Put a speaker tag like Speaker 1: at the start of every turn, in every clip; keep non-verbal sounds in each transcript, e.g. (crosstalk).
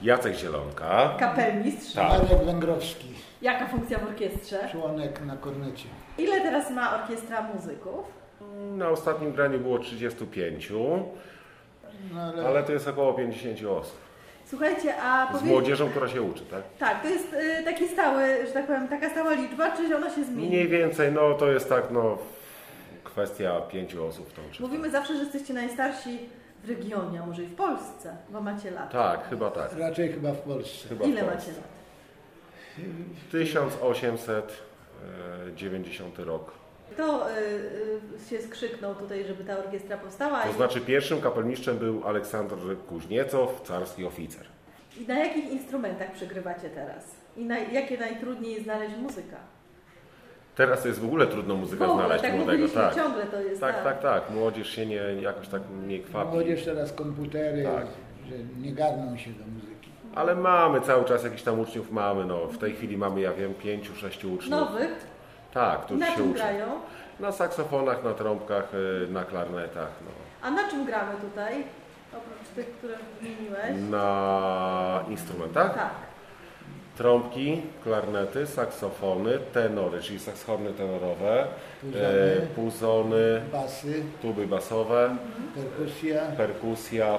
Speaker 1: Jacek Zielonka.
Speaker 2: Kapelmistrz.
Speaker 1: Tak.
Speaker 3: Marek Węgrowski,
Speaker 2: Jaka funkcja w orkiestrze?
Speaker 3: członek na kornecie.
Speaker 2: Ile teraz ma orkiestra muzyków?
Speaker 1: Na ostatnim graniu było 35,
Speaker 3: No ale,
Speaker 1: ale to jest około 50 osób.
Speaker 2: Słuchajcie, a
Speaker 1: Z
Speaker 2: powiedz...
Speaker 1: młodzieżą, która się uczy, tak?
Speaker 2: Tak, to jest y, taki stały, że tak powiem, taka stała liczba, czy ona się zmieni?
Speaker 1: Mniej więcej, no to jest tak, no kwestia pięciu osób w tą czy-
Speaker 2: Mówimy zawsze, że jesteście najstarsi w regionie, a może i w Polsce, bo macie lat.
Speaker 1: Tak, chyba tak.
Speaker 3: raczej chyba w Polsce.
Speaker 1: Chyba
Speaker 2: Ile
Speaker 1: w
Speaker 2: macie
Speaker 1: Polsce.
Speaker 2: lat?
Speaker 1: 1890 rok.
Speaker 2: Kto y, y, się skrzyknął tutaj, żeby ta orkiestra powstała?
Speaker 1: To znaczy pierwszym kapelmistrzem był Aleksander Kuźniecow, carski oficer.
Speaker 2: I na jakich instrumentach przegrywacie teraz? I na, jakie najtrudniej jest znaleźć muzyka?
Speaker 1: Teraz jest w ogóle trudno muzykę
Speaker 2: W ogóle,
Speaker 1: znaleźć
Speaker 2: tak
Speaker 1: młodego,
Speaker 2: mówiliśmy,
Speaker 1: tak.
Speaker 2: ciągle to jest.
Speaker 1: Tak, tak, tak. Młodzież się nie, jakoś tak nie kwapi.
Speaker 3: Młodzież teraz komputery,
Speaker 1: Tak.
Speaker 3: że nie garną się do muzyki.
Speaker 1: Ale mamy cały czas jakichś tam uczniów, mamy. No, w tej chwili mamy, ja wiem, pięciu, sześciu uczniów.
Speaker 2: Nowych?
Speaker 1: Tak, którzy
Speaker 2: Na
Speaker 1: się
Speaker 2: czym
Speaker 1: uczą.
Speaker 2: grają?
Speaker 1: Na saksofonach, na trąbkach, y, na klarnetach, no.
Speaker 2: A na czym gramy tutaj? Oprócz tych, które wymieniłeś?
Speaker 1: No, na instrumentach.
Speaker 2: Tak.
Speaker 1: Trąbki, klarnety, saksofony, tenory, czyli saksofony tenorowe,
Speaker 3: Puzony.
Speaker 1: y, puzony,
Speaker 3: Basy,
Speaker 1: tuby basowe,
Speaker 3: perkusja,
Speaker 1: perkusja.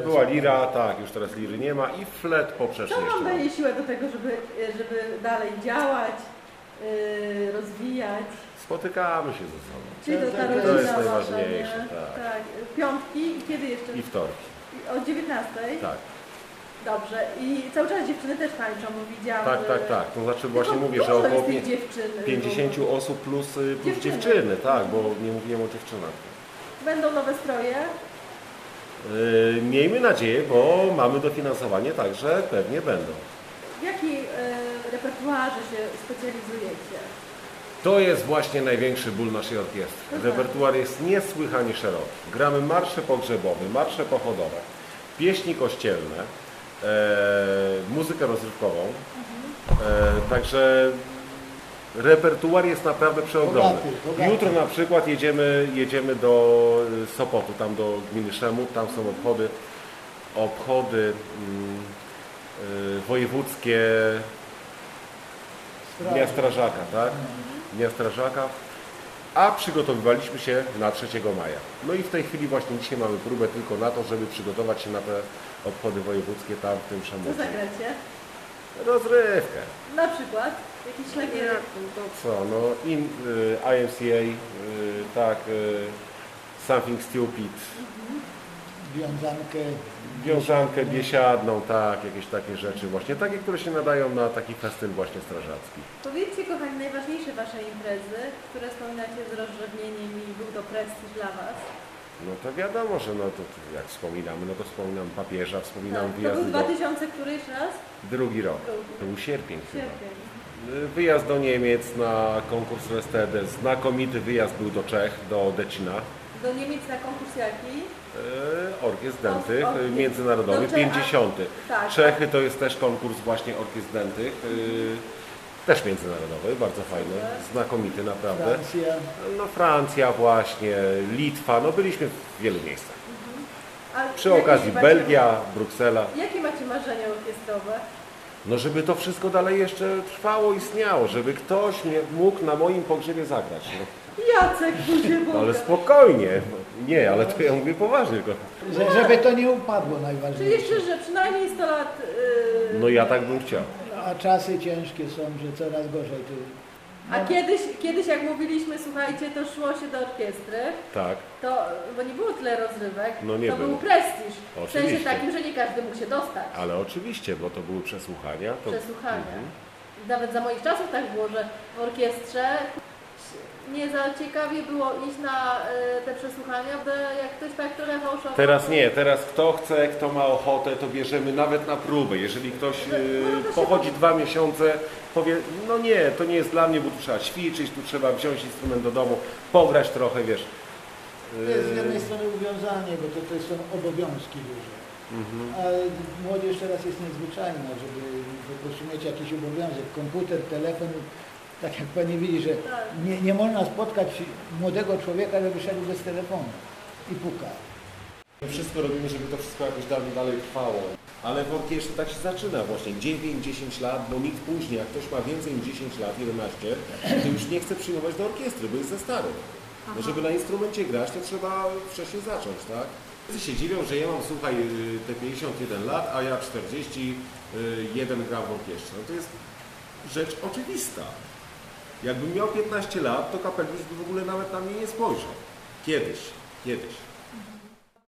Speaker 1: y, Była lira, tak, już teraz liry nie ma i flet poprzeczny
Speaker 2: Co
Speaker 1: jeszcze.
Speaker 2: wam
Speaker 1: mamy.
Speaker 2: daje siłę do tego, żeby, żeby dalej działać, yy, rozwijać?
Speaker 1: Spotykamy się ze sobą.
Speaker 2: Czyli to ta
Speaker 3: To
Speaker 2: rodzina
Speaker 3: jest
Speaker 2: wasza, nie?
Speaker 1: najważniejsze, tak.
Speaker 2: Piątki i kiedy jeszcze?
Speaker 1: I wtorki,
Speaker 2: O 19?
Speaker 1: tak.
Speaker 2: Dobrze. I cały czas dziewczyny też tańczą, bo widziałam.
Speaker 1: Tak,
Speaker 2: że-
Speaker 1: tak, tak. To znaczy
Speaker 2: Tylko
Speaker 1: właśnie mówię, że
Speaker 2: dużo
Speaker 1: około
Speaker 2: jest tych
Speaker 1: pię-
Speaker 2: dziewczyn, bo
Speaker 1: 50 osób plus, y, plus
Speaker 2: Dziewczyny.
Speaker 1: dziewczyny. tak, bo nie mówiłem o dziewczynach.
Speaker 2: Będą nowe stroje.
Speaker 1: Y, Miejmy nadzieję, bo mamy dofinansowanie, także pewnie będą.
Speaker 2: W jakiej yy, repertuarze się specjalizujecie?
Speaker 1: To jest właśnie największy ból naszej orkiestry.
Speaker 3: Tak.
Speaker 2: Mhm.
Speaker 1: Repertuar jest niesłychanie szeroki. Gramy marsze pogrzebowe, marsze pochodowe, pieśni kościelne, e, muzykę rozrywkową.
Speaker 3: Mhm.
Speaker 1: E, także repertuar jest naprawdę przeogromny.
Speaker 3: Bogaty, bogaty.
Speaker 1: Jutro na przykład jedziemy, jedziemy do y, Sopotu, tam do gminy Szemów, tam są obchody, obchody mm, y, wojewódzkie
Speaker 3: straż.
Speaker 1: Dnia Strażaka, tak? Dnia Strażaka. A przygotowywaliśmy się na 3 maja. No i w tej chwili właśnie dzisiaj mamy próbę tylko na to, żeby przygotować się na te obchody wojewódzkie tam w tym
Speaker 2: Co
Speaker 1: Szamucie.
Speaker 2: zagracie?
Speaker 1: Rozrywkę.
Speaker 2: Na przykład jakiś szlagier.
Speaker 1: Co, no in, y, IMCA, y, tak, y, Something Stupid,
Speaker 3: Wiązankę,
Speaker 1: wiązankę biesiadną, tak, jakieś takie rzeczy właśnie, takie, które się nadają na taki festyn właśnie strażacki.
Speaker 2: Powiedzcie kochani, najważniejsze wasze imprezy, które wspominacie z rozrzewnieniem i był to prestiż dla was.
Speaker 1: No to wiadomo, że no to to jak wspominamy, no to wspominam papieża, wspominam
Speaker 2: Tak, to był
Speaker 1: wyjazd do...
Speaker 2: 2000 któryś raz?
Speaker 1: Drugi rok.
Speaker 2: Drugi.
Speaker 1: To był sierpień chyba.
Speaker 2: Sierpień.
Speaker 1: Y, Wyjazd do Niemiec na konkurs Restedę. Znakomity wyjazd był do Czech, do Decina.
Speaker 2: Do Niemiec na konkurs jaki?
Speaker 1: Y, Orkiestr Dętych
Speaker 2: O- orkiestr.
Speaker 1: y, międzynarodowy,
Speaker 2: Do Czech-
Speaker 1: 50.
Speaker 2: tak.
Speaker 1: Czechy to jest też konkurs właśnie Orkiestr Dętych. y, Też międzynarodowy, bardzo fajny, znakomity naprawdę.
Speaker 3: Francja,
Speaker 1: No Francja właśnie, Litwa, no byliśmy w wielu miejscach.
Speaker 2: A
Speaker 1: Przy
Speaker 2: jakie
Speaker 1: okazji
Speaker 2: macie-
Speaker 1: Belgia, Bruksela.
Speaker 2: Jakie macie marzenia orkiestrowe?
Speaker 1: No żeby to wszystko dalej jeszcze trwało, istniało, żeby ktoś mnie mógł na moim pogrzebie zagrać.
Speaker 2: Jacek
Speaker 1: (laughs) No, ale
Speaker 2: Buziewolka.
Speaker 1: spokojnie. Nie, ale to ja mówię poważnie. Tylko.
Speaker 3: że, żeby to nie upadło
Speaker 2: Czyli
Speaker 3: najważniejsze.
Speaker 2: jeszcze, że przynajmniej 100 lat... Yy...
Speaker 1: No ja tak bym chciał.
Speaker 3: A czasy ciężkie są, że coraz gorzej. To
Speaker 2: A kiedyś, kiedyś jak mówiliśmy, słuchajcie, to szło się do orkiestry,
Speaker 1: Tak.
Speaker 2: to, bo nie było tyle rozrywek,
Speaker 1: No nie
Speaker 2: to był
Speaker 1: było.
Speaker 2: prestiż. W
Speaker 1: Oczywiście.
Speaker 2: sensie takim, że nie każdy mógł się dostać.
Speaker 1: Ale oczywiście, bo to były przesłuchania. To...
Speaker 2: przesłuchania.
Speaker 1: Mhm.
Speaker 2: Nawet za moich czasów tak było, że w orkiestrze nie za ciekawie było iść na y, te przesłuchania, bo jak ktoś tak trochę fałszował.
Speaker 1: Teraz nie, teraz kto chce, kto ma ochotę, to bierzemy nawet na próbę. Jeżeli ktoś yy,
Speaker 2: No, no to się
Speaker 1: pochodzi
Speaker 2: po-
Speaker 1: dwa miesiące, powie, no nie, to nie jest dla mnie, bo tu trzeba ćwiczyć, tu trzeba wziąć instrument do domu, pograć trochę, wiesz.
Speaker 3: jest z
Speaker 1: Yy,
Speaker 3: jednej strony uwiązanie, bo to, to są obowiązki duże. A młodzież teraz jest niezwyczajna, żeby po prostu mieć jakiś obowiązek. Komputer, telefon, tak jak pani widzi, że
Speaker 2: Tak.
Speaker 3: nie, nie można spotkać młodego człowieka, żeby szedł bez telefonu i puka.
Speaker 1: My wszystko robimy, żeby to wszystko jakoś dalej, dalej trwało. Ale w orkiestrze tak się zaczyna właśnie, 9-10 lat, bo nikt później, jak ktoś ma więcej niż 10 lat, 11, to już nie chce przyjmować do orkiestry, bo jest za stary. No, żeby na instrumencie grać, to trzeba wcześniej zacząć, tak? Wszyscy się dziwią, że ja mam, słuchaj, y, te 51 lat, a ja 41 gram w orkiestrze. No to jest rzecz oczywista. Jakbym miał 15 lat, to kapelusz by w ogóle nawet na mnie nie spojrzał. Kiedyś, kiedyś.